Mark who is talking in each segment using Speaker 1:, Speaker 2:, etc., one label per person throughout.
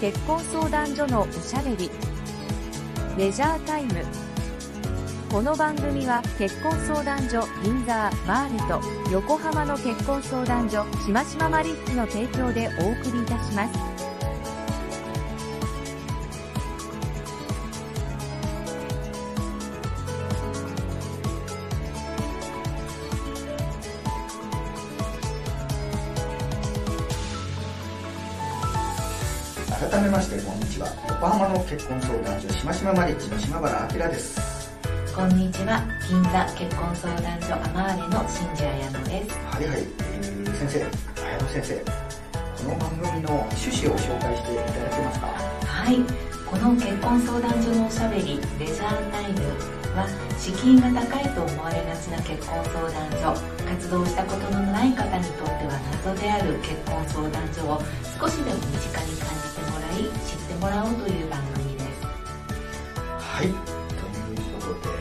Speaker 1: 結婚相談所のおしゃべりレジャータイムこの番組は結婚相談所銀座バーレと横浜の結婚相談所しましまマリッジの提供でお送りいたします
Speaker 2: 改めましてこんにちは横浜の結婚相談所しましまマリッジの島原明です
Speaker 3: こんにちは銀座結婚相談所アマーレの新次彩乃です
Speaker 2: はいはい、えー、先生早野先生この番組の趣旨を紹介していただけますか
Speaker 3: はいこの結婚相談所のおしゃべりレジャータイムは資金が高いと思われがちな結婚相談所活動したことのない方にとっては謎である結婚相談所を少しでも身近に感じてもらい知ってもらおうという番組です
Speaker 2: はいということで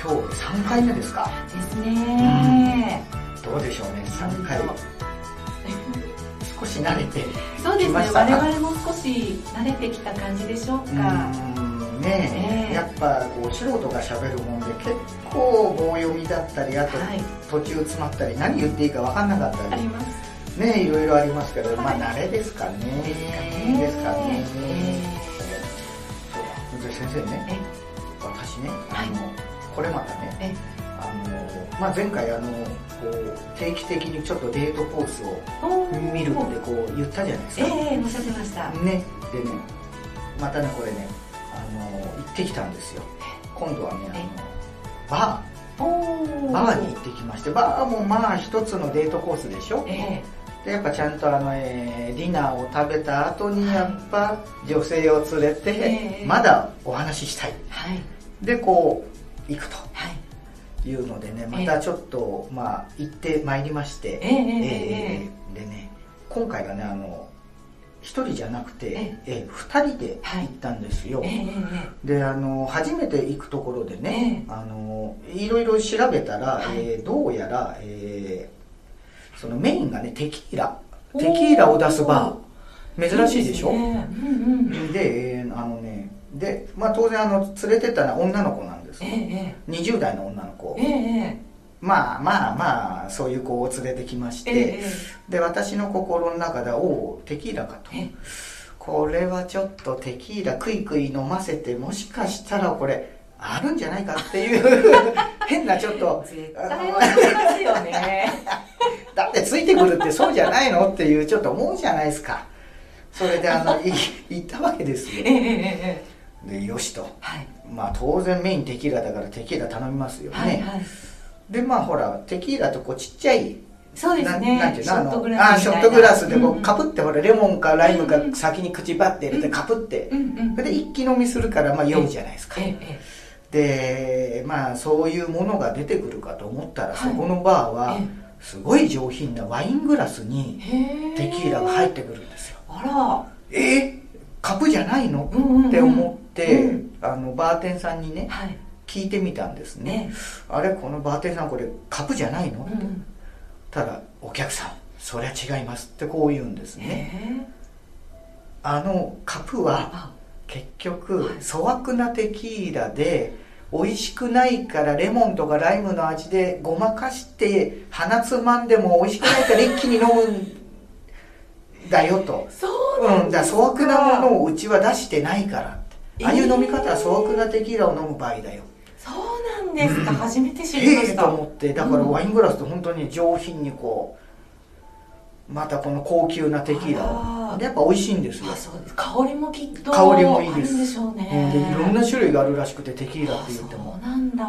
Speaker 2: 今日3回目ですか
Speaker 3: ですね
Speaker 2: どうでしょうね3回少し慣れて
Speaker 3: そうです
Speaker 2: 来ま
Speaker 3: ね
Speaker 2: した
Speaker 3: 我々も少し慣れてきた感じでしょう
Speaker 2: う
Speaker 3: か、
Speaker 2: ーんね
Speaker 3: え
Speaker 2: え
Speaker 3: え
Speaker 2: やっぱこう素人が喋るもんで結構棒読みだったりあと
Speaker 3: はい
Speaker 2: 途中詰まったり何言っていいか分かんなかった
Speaker 3: あ
Speaker 2: り
Speaker 3: ります
Speaker 2: ねいろいろありますけど、
Speaker 3: はい
Speaker 2: まあ慣れですかね。いいですかね。そうだ。で先生ね、私ね、あの、これまたね
Speaker 3: え、
Speaker 2: あの、まあ前回あの、こう、定期的にちょっとデートコースを
Speaker 3: おー
Speaker 2: 見るってこう言ったじゃないです
Speaker 3: え
Speaker 2: か。
Speaker 3: えおっしゃってました。
Speaker 2: ね、でね、またね、これね、あの、行ってきたんですよ。今度はね、あの、バ
Speaker 3: お
Speaker 2: ー、
Speaker 3: お
Speaker 2: バーに行ってきまして、バーもまあ一つのデートコースでしょ。
Speaker 3: え
Speaker 2: でやっぱちゃんとあの、えーディナーを食べた後に
Speaker 3: はい
Speaker 2: やっぱ女性を連れ
Speaker 3: え
Speaker 2: て
Speaker 3: え
Speaker 2: まだお話ししたい
Speaker 3: えはい
Speaker 2: でこう行く
Speaker 3: はい
Speaker 2: というのでねまたちょっと、まあ行ってまいりまして
Speaker 3: えええええ
Speaker 2: ーでね今回はねあの一人じゃなくて
Speaker 3: え、
Speaker 2: えー、2人で行ったんですよ、
Speaker 3: えええ
Speaker 2: であの初めて行くところでね、
Speaker 3: え
Speaker 2: あのいろいろ調べたら、
Speaker 3: はい
Speaker 2: えーどうやら、えーそのメインがねテキーラ
Speaker 3: おー
Speaker 2: テキーラを出すバー珍しいでしょ
Speaker 3: いいすねうんうん。
Speaker 2: で、えーあのねで、まあ、当然あの連れてったのは女の子なんです
Speaker 3: ええ
Speaker 2: 20代の女の子
Speaker 3: えええ
Speaker 2: まあまあまあそういう子を連れてきまし
Speaker 3: え
Speaker 2: て、
Speaker 3: ええ
Speaker 2: で私の心の中ではおおテキーラかと
Speaker 3: ええ
Speaker 2: これはちょっとテキーラクイクイ飲ませてもしかしたらこれあるんじゃないかっていう変なちょっと
Speaker 3: 絶対わかりますよね。
Speaker 2: だってついてくるってそうじゃないのっていうちょっと思うじゃないですかそれであのい行ったわけです
Speaker 3: え
Speaker 2: よ
Speaker 3: えええええ
Speaker 2: でよしと
Speaker 3: はい
Speaker 2: まあ当然メインテキーラだからテキーラ頼みますよね、
Speaker 3: はいはい。
Speaker 2: でまあほらテキーラとこうちっちゃい
Speaker 3: そうです
Speaker 2: ななん
Speaker 3: ね
Speaker 2: て。いう
Speaker 3: シ
Speaker 2: の
Speaker 3: ョ
Speaker 2: あ
Speaker 3: ットグ
Speaker 2: の
Speaker 3: ラ
Speaker 2: あ
Speaker 3: スみたいな。
Speaker 2: ショットグラスでこうか
Speaker 3: カ
Speaker 2: ぶってほらレモンかライムか
Speaker 3: うんうん
Speaker 2: 先に口バッて入れてかぶって
Speaker 3: うんうん
Speaker 2: そ。れで一気飲みするからまあ酔うじゃないですか
Speaker 3: ええ
Speaker 2: でまあそういうものが出てくるかと思ったらそ
Speaker 3: はい
Speaker 2: このバー
Speaker 3: え
Speaker 2: はすごい上品なワイングラスに
Speaker 3: えへえ
Speaker 2: テキーラが入ってくるんですよ
Speaker 3: あ
Speaker 2: えー、カブじゃないの
Speaker 3: ら。うんうんうん
Speaker 2: って思って、
Speaker 3: うん
Speaker 2: あのバーテンさんにね
Speaker 3: はい。
Speaker 2: 聞いてみたんですね
Speaker 3: ね。
Speaker 2: あれこのバーテンさんこれカブじゃないの、
Speaker 3: うんうん。
Speaker 2: ただお客さんそりゃ違いますってこう言うんですね、
Speaker 3: ええ
Speaker 2: あのカプは
Speaker 3: あ
Speaker 2: 結
Speaker 3: は
Speaker 2: 局
Speaker 3: い、
Speaker 2: 粗悪なテキーラで美味しくないからレモンとかライムの味でごまかして鼻つまんでも美味しくないから一気に飲むんだよと
Speaker 3: そうな
Speaker 2: うんん、
Speaker 3: で
Speaker 2: だ
Speaker 3: す
Speaker 2: 粗悪なも
Speaker 3: を
Speaker 2: のをうちは出してないからってああいう飲み方は粗悪なテキーラを飲む場合だよ
Speaker 3: そうなんですか、初めて知りま
Speaker 2: え
Speaker 3: し
Speaker 2: え
Speaker 3: た
Speaker 2: と思ってだからワイングラスと本当に上品にこうまたこの高級なテキーラ
Speaker 3: あ
Speaker 2: を
Speaker 3: ー
Speaker 2: でやっぱ美味しいんですよ
Speaker 3: あそうです香りもきっと
Speaker 2: 香りもいいで
Speaker 3: あ
Speaker 2: す
Speaker 3: るんでしょうね、
Speaker 2: うんでいろんな
Speaker 3: 種
Speaker 2: 種類があるらしくてテキーラって言っても
Speaker 3: そうなんだ、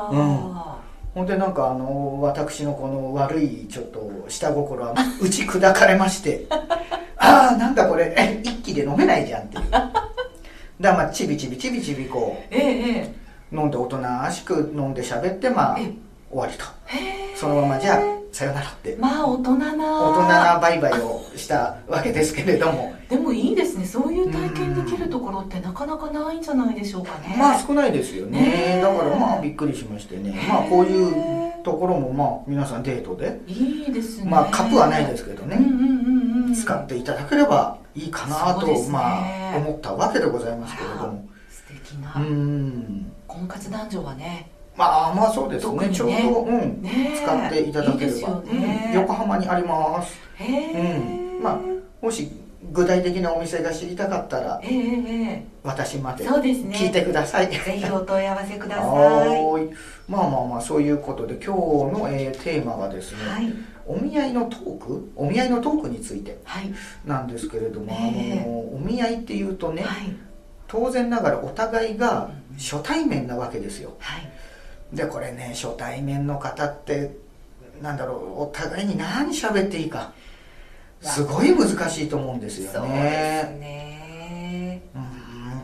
Speaker 2: ほんでなんかあの私のこの悪いちょっと下心は打ち砕かれまして ああなんかこれ え一気で飲めないじゃんっていうだからまあちびちびちびちびこ
Speaker 3: ええ
Speaker 2: う飲んで大人らしく飲んで喋ってまあ
Speaker 3: え
Speaker 2: 終わりと
Speaker 3: ええへ
Speaker 2: そのままじゃあさよならって
Speaker 3: まあ大人な
Speaker 2: 大人なバイバイをしたわけですけれども
Speaker 3: でもいいですねそういう体験できるところってなかなかないんじゃないでしょうかね
Speaker 2: まあ少ないですよね
Speaker 3: ねえ
Speaker 2: だからまあびっくりしましてねまあこういうところもまあ皆さんデートで
Speaker 3: いいですね
Speaker 2: まあ、カップはないですけどね、
Speaker 3: うんうんうんうん
Speaker 2: 使っていただければいいかな
Speaker 3: そう
Speaker 2: と、
Speaker 3: ですね
Speaker 2: まあ思ったわけでございますけれども
Speaker 3: 素敵な、
Speaker 2: うん
Speaker 3: 婚活男女はね
Speaker 2: まあまあそうです
Speaker 3: 特
Speaker 2: ね
Speaker 3: にね
Speaker 2: ちょうど、うん、
Speaker 3: ねえ
Speaker 2: 使っていただけ
Speaker 3: い
Speaker 2: れ
Speaker 3: です
Speaker 2: ば
Speaker 3: よね、
Speaker 2: うん横浜にあります
Speaker 3: へえ、
Speaker 2: うんまあもし具体的なお店が知りたかったら
Speaker 3: えええ
Speaker 2: 私ま
Speaker 3: え
Speaker 2: で
Speaker 3: そうですね
Speaker 2: 聞いてください、
Speaker 3: ぜひお問い合わせください
Speaker 2: はーいまあまあまあそういうことで今日の、えーテーマがですね、
Speaker 3: はい
Speaker 2: お見合いのトークお見合いのトークについて
Speaker 3: はい
Speaker 2: なんですけれども、
Speaker 3: ええ
Speaker 2: あのお見合いっていうとね、
Speaker 3: はい
Speaker 2: 当然ながらお互いが
Speaker 3: うん
Speaker 2: 初対面なわけですよ
Speaker 3: はい
Speaker 2: でこれね初対面の方ってなんだろうお互いに何喋っていいかすごい難しいと思うんです
Speaker 3: そ
Speaker 2: よ
Speaker 3: うです
Speaker 2: ね
Speaker 3: ね
Speaker 2: うーん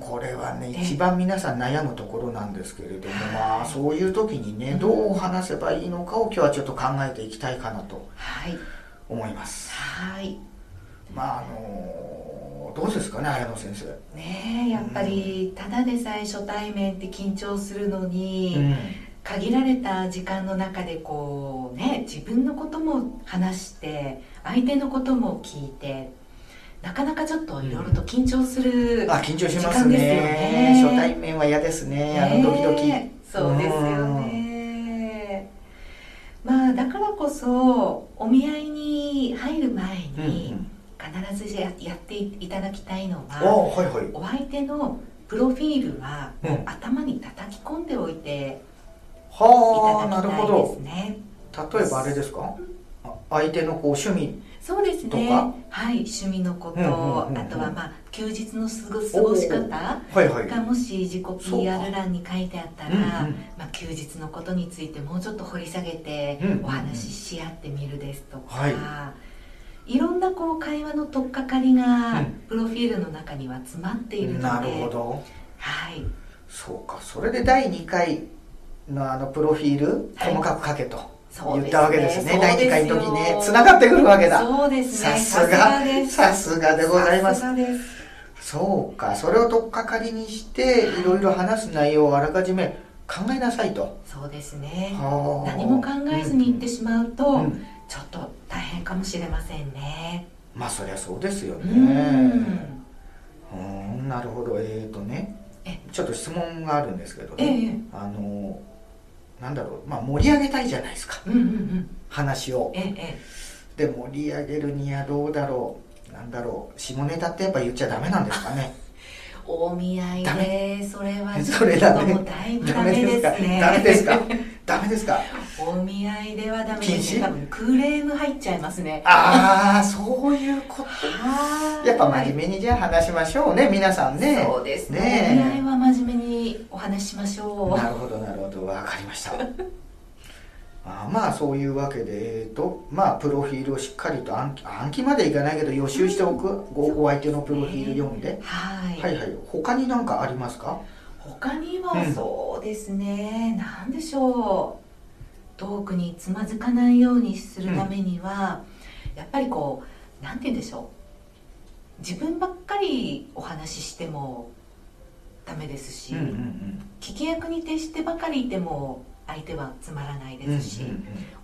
Speaker 2: これはね
Speaker 3: え
Speaker 2: 一番皆さん悩むところなんですけれどもまあそういう時にね
Speaker 3: うん
Speaker 2: どう話せばいいのかを今日はちょっと考えていきたいかなと
Speaker 3: はい
Speaker 2: 思います
Speaker 3: はい
Speaker 2: まああのどうですかね綾野先生
Speaker 3: ねえやっぱりただでさえ初対面って緊張するのに、
Speaker 2: うん
Speaker 3: 限られた時間の中でこうね自分のことも話して相手のことも聞いてなかなかちょっといろいろと緊張する、
Speaker 2: あ緊張します
Speaker 3: 時間ですよ
Speaker 2: ね
Speaker 3: ね
Speaker 2: 初対面は嫌ですねあのドキドキ、
Speaker 3: ねえそうですよねまあだからこそお見合いに入る前
Speaker 2: うんう
Speaker 3: に
Speaker 2: ん
Speaker 3: 必ずややっていただきたいの
Speaker 2: あ
Speaker 3: は、
Speaker 2: はいはい
Speaker 3: お相手のプロフィールはもう
Speaker 2: うん
Speaker 3: 頭に叩き込んでおいてい
Speaker 2: はあ
Speaker 3: ただ
Speaker 2: なる
Speaker 3: きた
Speaker 2: ほ
Speaker 3: いで
Speaker 2: ど
Speaker 3: すね
Speaker 2: 例えばあれですかあ相手のこう趣味
Speaker 3: そうです
Speaker 2: と
Speaker 3: ね。
Speaker 2: か
Speaker 3: はい、趣味のこと、
Speaker 2: うんうんうんうん
Speaker 3: あとはまあ休日の過ご過ごし方が
Speaker 2: はいはい
Speaker 3: もし自己
Speaker 2: そうか
Speaker 3: PR 欄に書いてあったら、
Speaker 2: うんうん
Speaker 3: まあ休日のことについてもうちょっと掘り下げて
Speaker 2: うんうんうん
Speaker 3: お話しし合ってみるですとか。
Speaker 2: はい
Speaker 3: いろんなこう会話の取っかかり
Speaker 2: う
Speaker 3: が
Speaker 2: ん
Speaker 3: プロフィールの中には詰まっているので、
Speaker 2: なるほど
Speaker 3: はい、
Speaker 2: そうかそれで第2回のあのプロフィール
Speaker 3: はい
Speaker 2: 細かく書けと
Speaker 3: そう
Speaker 2: 言
Speaker 3: ですね。
Speaker 2: ったわけですね,、
Speaker 3: そう
Speaker 2: 第2回
Speaker 3: よ
Speaker 2: の時ねつながってくるわけだ
Speaker 3: そうですね。
Speaker 2: さすが
Speaker 3: です
Speaker 2: さすがでございま
Speaker 3: さ
Speaker 2: す
Speaker 3: がです。
Speaker 2: そうかそれを取っかかりにしていろいろ話す内容をあらかじめ考えなさいと
Speaker 3: そうですね
Speaker 2: 何
Speaker 3: 何も考えずに行ってしまうと、
Speaker 2: うん
Speaker 3: ちょっと大変かもしれませんね
Speaker 2: まあそりゃそうですよ
Speaker 3: う
Speaker 2: ね
Speaker 3: ん
Speaker 2: うーんなるほどえーとね
Speaker 3: え
Speaker 2: ちょっと質問があるんですけど
Speaker 3: え
Speaker 2: ね、
Speaker 3: え
Speaker 2: あのなんだろうまあ盛り上げたいじゃないですか
Speaker 3: うんうんうん
Speaker 2: 話を
Speaker 3: えええ
Speaker 2: で盛り上げるにはどうだろうなんだろう下ネタってやっぱ言っちゃダメなんですか ね
Speaker 3: えお見合い
Speaker 2: ダ
Speaker 3: でそれはち
Speaker 2: それ
Speaker 3: ょっ
Speaker 2: ダ
Speaker 3: と
Speaker 2: メ
Speaker 3: もうだいぶダメですね
Speaker 2: ダメですかダメですか
Speaker 3: お見合いではダメです
Speaker 2: 禁
Speaker 3: ね
Speaker 2: 止
Speaker 3: 多分クレーム入っちゃいますね
Speaker 2: ああそういうこ
Speaker 3: は
Speaker 2: と
Speaker 3: い
Speaker 2: やっぱ真面目にじゃあ話しましょうね皆さんね
Speaker 3: そうですね
Speaker 2: ねえ
Speaker 3: お見合いは真面目にお話ししまし ょ
Speaker 2: なるほどなるほどわかりました あーまあそういうわけで、えーとまあ、プロフィールをしっかりと暗記暗記までいかないけど予習しておく、ごお相手のプロフィール読んで
Speaker 3: う、はい、
Speaker 2: はいはい他に何かありますか
Speaker 3: 他には
Speaker 2: うん
Speaker 3: そうですね、なん、何でしょうトークにつまずかないようにするためには、やっぱりこうなんて言うんでしょう自分ばっかりお話ししてもダメですし、
Speaker 2: ん
Speaker 3: 聞き役に徹してばかりいても相手はつまらないですし、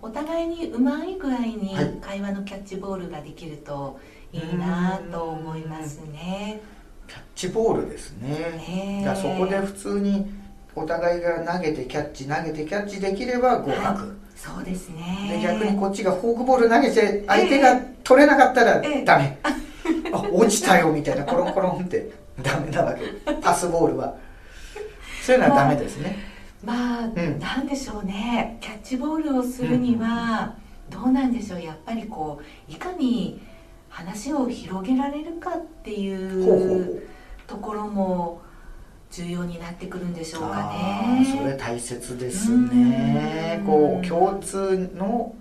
Speaker 3: お互いにうまい具合に
Speaker 2: はい
Speaker 3: 会話のキャッチボールができるといいなと思いますね。
Speaker 2: キャッチボールですね
Speaker 3: ねえ
Speaker 2: だからそこで普通にお互いが投げてキャッチ投げてキャッチできれば合格、
Speaker 3: そうですね
Speaker 2: で逆にこっちがフォークボール投げて相手が取れなかったら
Speaker 3: ええ
Speaker 2: ダメ、あ落ちたよみたいなコロンコロンって ダメなわけパスボールはそういうのはダメですね、
Speaker 3: まあ、
Speaker 2: ん
Speaker 3: なんでしょうねキャッチボールをするにはどうなんでしょうやっぱりこういかに話を広げられるかっていう
Speaker 2: ほうほうほう
Speaker 3: ところも重要になってくるんでしょうか
Speaker 2: あーそれ
Speaker 3: ね。
Speaker 2: 大切ですね
Speaker 3: うん
Speaker 2: こう共通の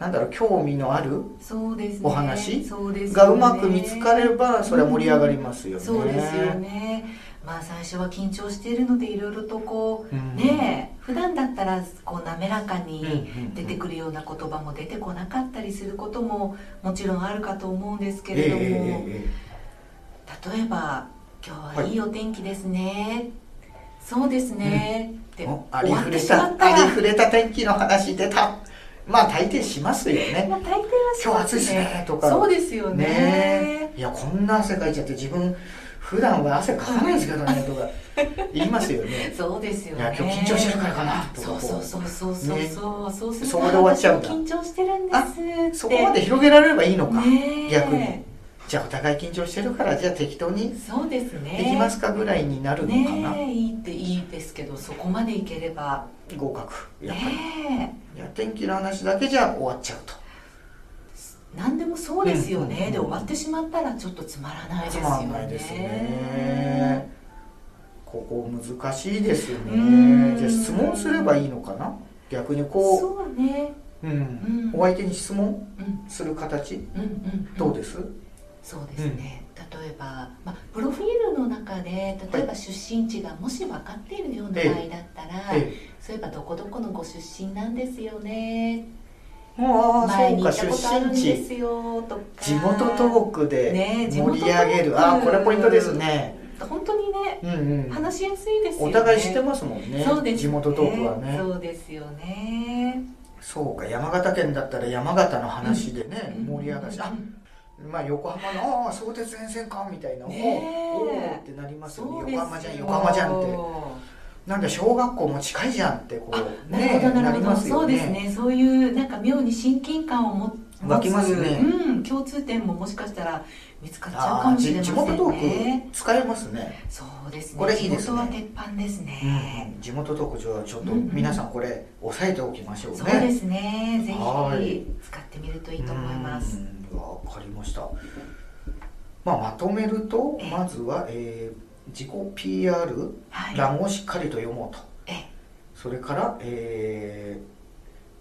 Speaker 2: なんだろう興味のある
Speaker 3: そうですね
Speaker 2: お話
Speaker 3: そうですよね
Speaker 2: がうまく見つかればそれは盛り上がりますよね、
Speaker 3: そうですよね。まあ最初は緊張しているのでいろいろとこ
Speaker 2: う
Speaker 3: うんねえ普段だったらこう滑らかに、出て
Speaker 2: る
Speaker 3: くるような言葉も出てこなかったりすることももちろんあるかと思うんですけれども、例えば「今日はいいお天気ですね」そうですね」って
Speaker 2: あ
Speaker 3: 終
Speaker 2: り
Speaker 3: わっ
Speaker 2: ふ
Speaker 3: て
Speaker 2: れ
Speaker 3: しま
Speaker 2: た
Speaker 3: ったら
Speaker 2: ありふれた天気の話出たまあ大抵しますよね
Speaker 3: まあ大抵はし
Speaker 2: 今日暑いですねとか
Speaker 3: そうですよね
Speaker 2: ねいやこんな汗かいちゃって自分普段は汗かかないんですけどねとか言いますよ ね
Speaker 3: そうですよ
Speaker 2: いや
Speaker 3: ね
Speaker 2: 今日緊張してるからかなとか
Speaker 3: そうそうそうそうそうそう、そうする
Speaker 2: そこで終わっちゃうんだ
Speaker 3: 私も緊張してるんですって
Speaker 2: そこまで広げられればいいのか、
Speaker 3: ねえ
Speaker 2: 逆にじゃあお互い緊張してるからじゃあ適当に
Speaker 3: そうですね
Speaker 2: できますかぐらいになるのかな、
Speaker 3: ねえいいっていいですけどそこまでいければ
Speaker 2: 合格やっぱり、
Speaker 3: ね
Speaker 2: いや天気の話だけじゃ終わっちゃうと
Speaker 3: え何でもそうですよね、
Speaker 2: うん
Speaker 3: で終わってしまったらちょっとつまらないです
Speaker 2: つ
Speaker 3: よ
Speaker 2: ま
Speaker 3: ね
Speaker 2: んないですねここ難しいです
Speaker 3: うん
Speaker 2: ねじゃあ質問すればいいのかな逆にこ
Speaker 3: そうね
Speaker 2: う、うん
Speaker 3: うん
Speaker 2: お相手に質問
Speaker 3: うん
Speaker 2: する形
Speaker 3: うんうん
Speaker 2: どうです、
Speaker 3: そうですね、例えば、まあ、プロフィールの中で例えば出身地がもし分かっているような場合
Speaker 2: ええ
Speaker 3: だったら、
Speaker 2: ええ
Speaker 3: そういえばどこどこのご出身なんですよね前に行ったことあるん
Speaker 2: ああそうか出身
Speaker 3: で
Speaker 2: 地
Speaker 3: すよとか
Speaker 2: 地元トーク
Speaker 3: ね
Speaker 2: で
Speaker 3: え地元
Speaker 2: 盛
Speaker 3: トーク
Speaker 2: り上げる、ああこれポイントですね
Speaker 3: 本当にね
Speaker 2: うんうん
Speaker 3: 話しやすいですよね
Speaker 2: お互い知ってますもんね
Speaker 3: そうですね
Speaker 2: 地元トークはね
Speaker 3: そうですよね
Speaker 2: そうか山形県だったら山形の話でね、盛り上がるし、あまあ横浜の「ああ相鉄沿線か」みたいな「おう
Speaker 3: ねえ
Speaker 2: おうってなりますよね
Speaker 3: そうです
Speaker 2: 横
Speaker 3: よ
Speaker 2: 浜じゃん横浜じゃんってなんか小学校も近いじゃんってこ
Speaker 3: あ
Speaker 2: う
Speaker 3: なるほ
Speaker 2: ね
Speaker 3: どな
Speaker 2: な
Speaker 3: る
Speaker 2: り
Speaker 3: ほど、
Speaker 2: ます
Speaker 3: そ
Speaker 2: よ
Speaker 3: うです
Speaker 2: ね
Speaker 3: ねそういうなんか妙に親近感をも
Speaker 2: 湧きますね
Speaker 3: うん、共通点ももしかしたら見つかっちゃうか
Speaker 2: ああ
Speaker 3: もしれ
Speaker 2: じ
Speaker 3: ませ
Speaker 2: 地
Speaker 3: ん
Speaker 2: 元トー
Speaker 3: ね
Speaker 2: ク使えますね、
Speaker 3: そうですね
Speaker 2: これいいで
Speaker 3: 地
Speaker 2: すね
Speaker 3: 元は鉄板ですね、
Speaker 2: うん、地元トーク上はちょっと
Speaker 3: うんうん
Speaker 2: 皆さんこれ押さえておきましょうね
Speaker 3: そうですねぜ
Speaker 2: はい
Speaker 3: ひ使ってみるといいと思います
Speaker 2: うんわかりました、まあ、まとめると
Speaker 3: ええ
Speaker 2: まずは、えー自己 PR
Speaker 3: はい
Speaker 2: 欄をしっかりと読もうと
Speaker 3: え
Speaker 2: それから、えー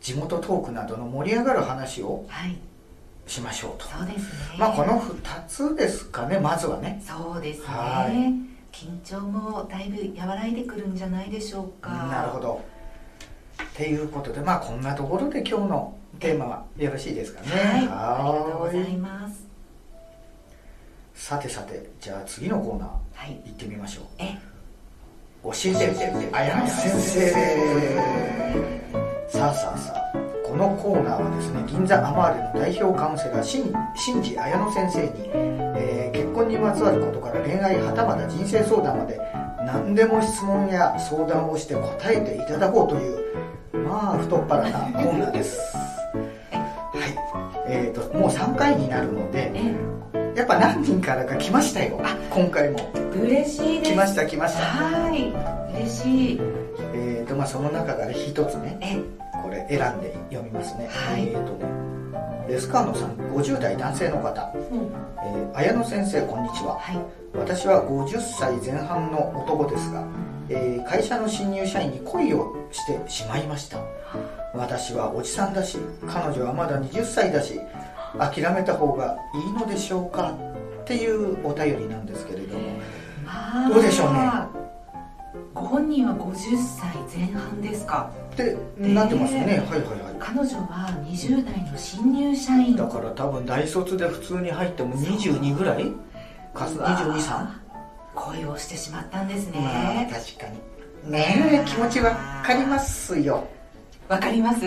Speaker 2: 地元トークなどの盛り上がる話を
Speaker 3: はい
Speaker 2: しましょうと、
Speaker 3: そうですね
Speaker 2: まあこの2つですかねまずはね
Speaker 3: そうですね、
Speaker 2: はい
Speaker 3: 緊張もだいぶ和らいでくるんじゃないでしょうか
Speaker 2: なるほどっていうことでまあこんなところで今日のテーマはよろしいですかね
Speaker 3: はいありがとうござい
Speaker 2: は
Speaker 3: ます
Speaker 2: さてさてじゃあ次のコーナー
Speaker 3: はい
Speaker 2: 行ってみましょう
Speaker 3: え
Speaker 2: 教えてあやな先生さあさあさあこのコーナーはですね銀座アマーレの代表カウンセラー新新地綾乃先生に、えー結婚にまつわることから恋愛はたまた人生相談まで何でも質問や相談をして答えていただこうというまあ太っ腹なコーナーですはいえー、ともう3回になるので
Speaker 3: え
Speaker 2: やっぱ何人からか来ましたよ今回も
Speaker 3: 嬉しいです
Speaker 2: 来ました来ました
Speaker 3: はい嬉しい
Speaker 2: えーとまあ、その中から一つね
Speaker 3: え
Speaker 2: これ選んで読みますね、
Speaker 3: はい
Speaker 2: えーとねレスカーノさん50代男性の方、
Speaker 3: うん
Speaker 2: えー綾野先生こんにちは
Speaker 3: はい
Speaker 2: 私は50歳前半の男ですが、えー会社の新入社員に恋をしてしまいました私はおじさんだし彼女はまだ20歳だし諦めた方がいいのでしょうかっていうお便りなんですけれども
Speaker 3: まあ
Speaker 2: どうでしょうね
Speaker 3: ご本人は50歳前半ですか
Speaker 2: ってなってますよね、はいはいはい
Speaker 3: 彼女は20代の新入社員
Speaker 2: だから多分大卒で普通に入っても22ぐらいか
Speaker 3: うわー
Speaker 2: 22歳
Speaker 3: 恋をしてしまったんです
Speaker 2: まあ
Speaker 3: ね
Speaker 2: 確かにねえ気持ちわかりますよ
Speaker 3: わかります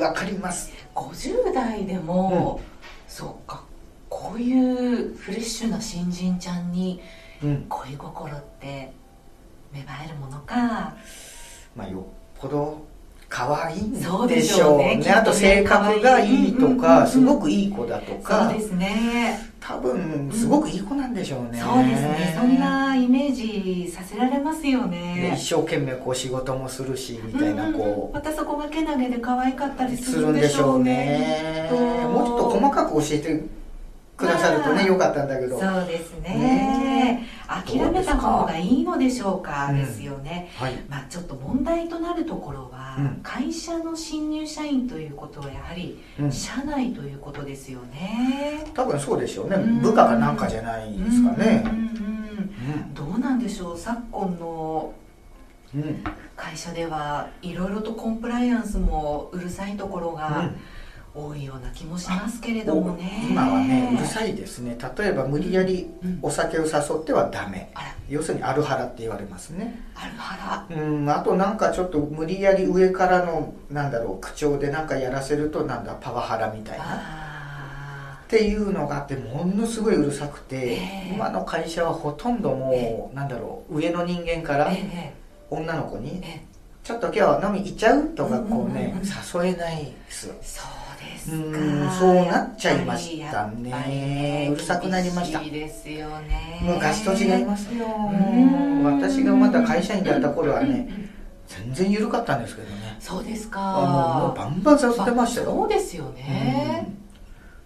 Speaker 2: わかります
Speaker 3: 50代でも、そうかこういうフレッシュな新人ちゃんに
Speaker 2: うん
Speaker 3: 恋心って芽生えるものか
Speaker 2: まあよっぽど可愛い
Speaker 3: そうんで
Speaker 2: で
Speaker 3: し
Speaker 2: し
Speaker 3: ょう
Speaker 2: ょう
Speaker 3: ね
Speaker 2: ねあと性格がいいと
Speaker 3: うんうんうんうん
Speaker 2: かすごくいい子だと
Speaker 3: そう
Speaker 2: か
Speaker 3: ですね
Speaker 2: 多分すごくいい子なんでしょうね
Speaker 3: そうですねそんなイメージさせられますよ
Speaker 2: ね
Speaker 3: ね
Speaker 2: 一生懸命こう仕事もするしみたいな
Speaker 3: うんうんうん
Speaker 2: こ
Speaker 3: またそこがけなげで可愛かったり
Speaker 2: う
Speaker 3: す
Speaker 2: す
Speaker 3: る
Speaker 2: る
Speaker 3: ん
Speaker 2: ん
Speaker 3: で
Speaker 2: で
Speaker 3: し
Speaker 2: し
Speaker 3: ょ
Speaker 2: ょ
Speaker 3: う
Speaker 2: う
Speaker 3: ね
Speaker 2: ね
Speaker 3: きっと
Speaker 2: もうちょっと細かく教えてくださると
Speaker 3: まあ
Speaker 2: ねよかったんだけど
Speaker 3: そうですね
Speaker 2: ね
Speaker 3: 諦めた方がいいのでしょうか
Speaker 2: うん
Speaker 3: ですよね、
Speaker 2: はい
Speaker 3: まあ、ちょっと問題となるところは、
Speaker 2: うん
Speaker 3: 会社の新入社員ということはやはり
Speaker 2: うん
Speaker 3: 社内ということですよね、
Speaker 2: 多分そうでしょうね、
Speaker 3: うん
Speaker 2: 部下がなんかじゃないですか
Speaker 3: うん
Speaker 2: ね
Speaker 3: うんうんどうなんでしょう昨今の
Speaker 2: うんうん
Speaker 3: 会社ではいろいろとコンプライアンスもうるさいところが多いような気もしますけれどもね、
Speaker 2: 今はねうるさいですね例えば無理やり
Speaker 3: うん
Speaker 2: お酒を誘ってはダメ
Speaker 3: あら
Speaker 2: 要するにアルハラって言われますね
Speaker 3: あるは
Speaker 2: うんあとなんかちょっと無理やり上からのなんだろう口調でなんかやらせるとなんだパワハラみたい
Speaker 3: ら
Speaker 2: な
Speaker 3: あ
Speaker 2: っていうのがあってものすごいうるさくて、
Speaker 3: ええ
Speaker 2: 今の会社はほとんどもう、なんだろう上の人間から
Speaker 3: え
Speaker 2: 女の子
Speaker 3: え
Speaker 2: に
Speaker 3: ええ
Speaker 2: 「ちょっと今日飲み行っちゃう?」とかこう
Speaker 3: うんうん
Speaker 2: ね
Speaker 3: うん
Speaker 2: 誘えないです
Speaker 3: そうです
Speaker 2: う
Speaker 3: か
Speaker 2: ーんそうなっちゃいましたね
Speaker 3: やっぱりね
Speaker 2: うるさくなりました
Speaker 3: 厳しいですよね
Speaker 2: 昔と違いますよ
Speaker 3: ん
Speaker 2: 私がまだ会社員だった頃はね全然緩かったんですけどね
Speaker 3: そうです
Speaker 2: あのもう
Speaker 3: か
Speaker 2: バンバン誘ってました
Speaker 3: そ
Speaker 2: よ
Speaker 3: うですよね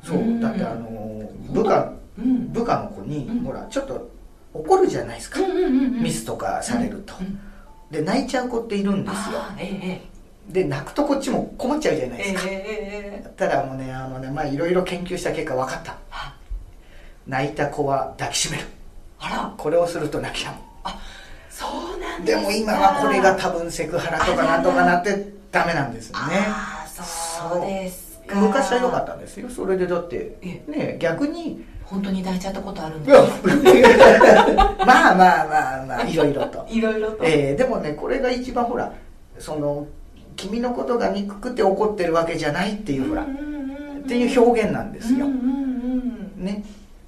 Speaker 2: うんそうだってあの部下
Speaker 3: うんうん
Speaker 2: 部下の子に
Speaker 3: うん
Speaker 2: ほらちょっと怒るじゃないですか
Speaker 3: うんうんうん
Speaker 2: ミスとかされると
Speaker 3: うん
Speaker 2: で泣いちゃう子っているんですよ
Speaker 3: あーえ
Speaker 2: で泣くとこっちも困っちゃうじゃな
Speaker 3: え
Speaker 2: い
Speaker 3: え
Speaker 2: ですか
Speaker 3: えええ
Speaker 2: ただもうねあのねまあいろいろ研究した結果分かった
Speaker 3: あ
Speaker 2: 泣いた子は抱きしめる
Speaker 3: あら
Speaker 2: これをすると泣き止
Speaker 3: そうなん
Speaker 2: む
Speaker 3: で
Speaker 2: です
Speaker 3: か
Speaker 2: も今はこれが多分セクハラとかなんとかなってダメなんですよね
Speaker 3: ああそうですか
Speaker 2: 昔は良か
Speaker 3: っ
Speaker 2: ったんですよそれでだって
Speaker 3: え
Speaker 2: ね逆に
Speaker 3: た本当に抱いちゃったことあるん
Speaker 2: い
Speaker 3: です
Speaker 2: や
Speaker 3: か
Speaker 2: まあまあまあまあいろいろと、
Speaker 3: いろいろと
Speaker 2: えーでもねこれが一番ほらその君のことが憎くて怒ってるわけじゃないっていうほら、っていう表現なんですよ、
Speaker 3: うんうんうん
Speaker 2: ね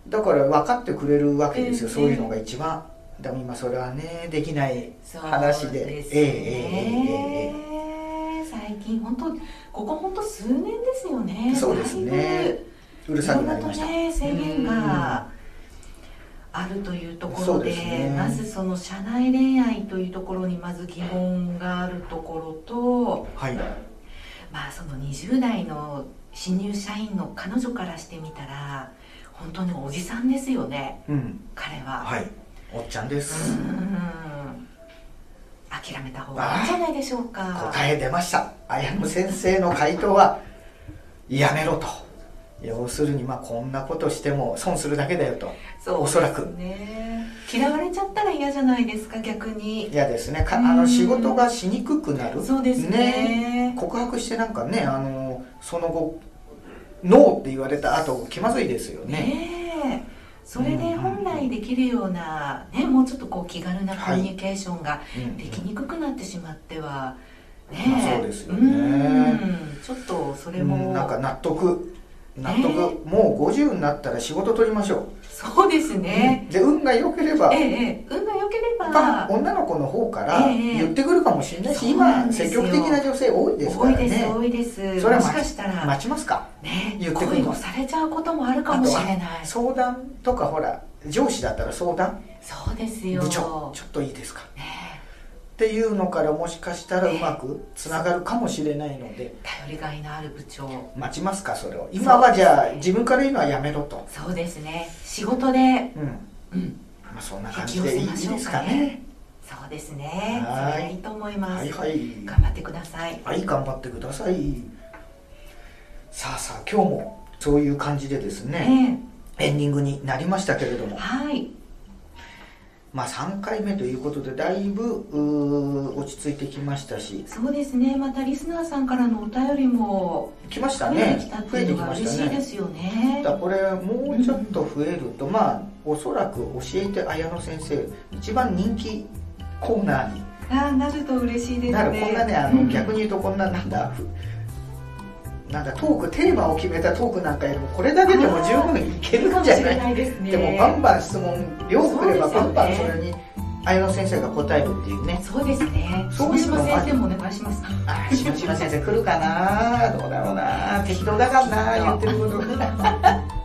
Speaker 2: だから分かってくれるわけですよ、
Speaker 3: ええ
Speaker 2: そういうのが一番でも今それはねできない
Speaker 3: そう
Speaker 2: 話で
Speaker 3: です
Speaker 2: ええ
Speaker 3: ね
Speaker 2: えええええ
Speaker 3: 最近本当ここ本当数年ですよね
Speaker 2: そうですね
Speaker 3: だいぶ
Speaker 2: えうるさくなりました、
Speaker 3: いろいろとね制限があるというとこ
Speaker 2: そ
Speaker 3: ろ
Speaker 2: う
Speaker 3: で
Speaker 2: ですね
Speaker 3: まずその社内恋愛というところにまず疑問があるところと
Speaker 2: はい
Speaker 3: まあその20代の新入社員の彼女からしてみたら本当におじさんですよね
Speaker 2: うん
Speaker 3: 彼は、
Speaker 2: はいおっちゃんで
Speaker 3: う
Speaker 2: す、
Speaker 3: ん諦めた方がいいんじゃないでしょうか
Speaker 2: 答え出ました綾野先生の回答はやめろと要するにまあこんなことしても損するだけだよと
Speaker 3: そう
Speaker 2: おそらく
Speaker 3: ね嫌われちゃったら嫌じゃないですか逆に
Speaker 2: 嫌ですねか
Speaker 3: うん
Speaker 2: あの仕事がしにくくなる
Speaker 3: そうですね
Speaker 2: 告白してなんかねあのその後ノーって言われた後気まずいですよね
Speaker 3: ねえそれ
Speaker 2: うんうんう
Speaker 3: で
Speaker 2: ん
Speaker 3: 本来できるような、ね、もうちょっとこう気軽なコミュニケーションが
Speaker 2: うん
Speaker 3: できにくくなってしまっては、ね
Speaker 2: まあそうですよね
Speaker 3: うんちょっとそれ
Speaker 2: う
Speaker 3: も、
Speaker 2: んなんか納得納得、
Speaker 3: ねえ
Speaker 2: もう50になったら仕事取りましょ
Speaker 3: そうです
Speaker 2: う、
Speaker 3: ね、
Speaker 2: で運が良ければ
Speaker 3: ええええ運が良けれ
Speaker 2: まあ
Speaker 3: ば
Speaker 2: 女の子の方から
Speaker 3: ええ
Speaker 2: 言ってくるかもしれないし、
Speaker 3: そうなん
Speaker 2: 今
Speaker 3: ですよ
Speaker 2: 積極的な女性多いですか
Speaker 3: 多い
Speaker 2: ら
Speaker 3: です
Speaker 2: ね
Speaker 3: 多いです
Speaker 2: それは
Speaker 3: も
Speaker 2: ま
Speaker 3: しかしたら、
Speaker 2: 待ちますか
Speaker 3: ね
Speaker 2: 言ってくる
Speaker 3: 恋
Speaker 2: の
Speaker 3: をされちゃうこともあるかもしれないそ
Speaker 2: 相談とかほら上司だったら相談
Speaker 3: うですよ
Speaker 2: 部長ちょっといいですか
Speaker 3: ね
Speaker 2: っていうのからもしかしたらうまくつながるかもしれないので
Speaker 3: え頼りがいのある部長
Speaker 2: 待ちますかそれを今はじゃあ自分から言うのはやめろと
Speaker 3: そうですね仕事で
Speaker 2: うん、
Speaker 3: うん
Speaker 2: まあ、そんな感じでいいですかね
Speaker 3: 引そうですねそ
Speaker 2: はい
Speaker 3: れがいいと思います、
Speaker 2: はいはい
Speaker 3: 頑張ってください
Speaker 2: はい、頑張ってください。さあさあ、今日もそういう感じでですね、
Speaker 3: ね
Speaker 2: エンディングになりましたけれど
Speaker 3: え
Speaker 2: も、
Speaker 3: はい
Speaker 2: まあ3回目ということで、だいぶうー落ち着いてきましたし、
Speaker 3: そうですねまたリスナーさんからのお便りも
Speaker 2: 来ました
Speaker 3: 増えて
Speaker 2: ね
Speaker 3: きたっ。て
Speaker 2: 増え
Speaker 3: い
Speaker 2: て
Speaker 3: う
Speaker 2: き
Speaker 3: のが
Speaker 2: ま
Speaker 3: 嬉
Speaker 2: し
Speaker 3: したいで
Speaker 2: ね。
Speaker 3: すよね
Speaker 2: だからこれもうちょっと増えると、まあおそらく教えて綾野先生一番人気コーナー
Speaker 3: ああなると嬉しいです
Speaker 2: に
Speaker 3: ね
Speaker 2: なる、こんなねあの、
Speaker 3: うん
Speaker 2: 逆に言うとこんななんだふなんだトークテーマを決めたトークなんかよりもこれだけでも十分いけるんじゃな
Speaker 3: か
Speaker 2: い
Speaker 3: もしれないですね
Speaker 2: でもバンバン質問量くれば
Speaker 3: そ
Speaker 2: バ
Speaker 3: う
Speaker 2: ン
Speaker 3: ですよね
Speaker 2: バンそれに綾野先生が答えるっていうね
Speaker 3: そうですね
Speaker 2: そういうの
Speaker 3: 島
Speaker 2: も
Speaker 3: 先生もお願いします
Speaker 2: ああ島島先生来るかなどうだろうな適当だからな言ってること が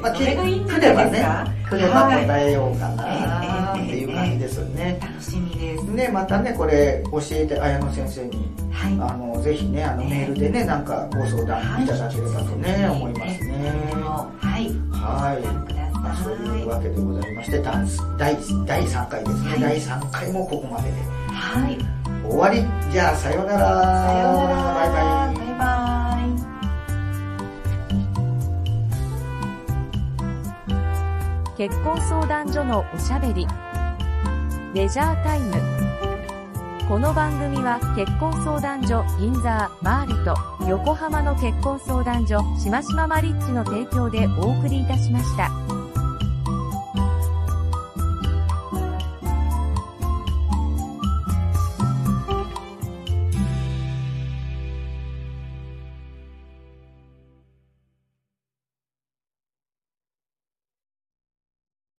Speaker 2: まあ
Speaker 3: それがいいんじゃ
Speaker 2: 来
Speaker 3: な
Speaker 2: れば
Speaker 3: いです
Speaker 2: ね
Speaker 3: か
Speaker 2: 来れば
Speaker 3: はい
Speaker 2: 答えようかなっていう感じですよね
Speaker 3: 楽しみです
Speaker 2: ねまたねこれ教えて綾野先生に
Speaker 3: はい
Speaker 2: あのぜひねあのメールでねなんかご相談いただければとね思いますね
Speaker 3: はい
Speaker 2: はい
Speaker 3: ご覧くだ
Speaker 2: まあ、そう
Speaker 3: さ
Speaker 2: い
Speaker 3: いう
Speaker 2: わけでございまして、ダンス第第3回ですね、
Speaker 3: はい
Speaker 2: 第3回もここまでで
Speaker 3: はい
Speaker 2: 終わり。じゃあ、さような
Speaker 3: さ
Speaker 2: ら。
Speaker 3: ような
Speaker 2: バイバイ
Speaker 3: ら。バイバイ
Speaker 1: 結婚相談所のおしゃべりレジャータイムこの番組は結婚相談所銀座マーレと横浜の結婚相談所しましまマリッジの提供でお送りいたしました。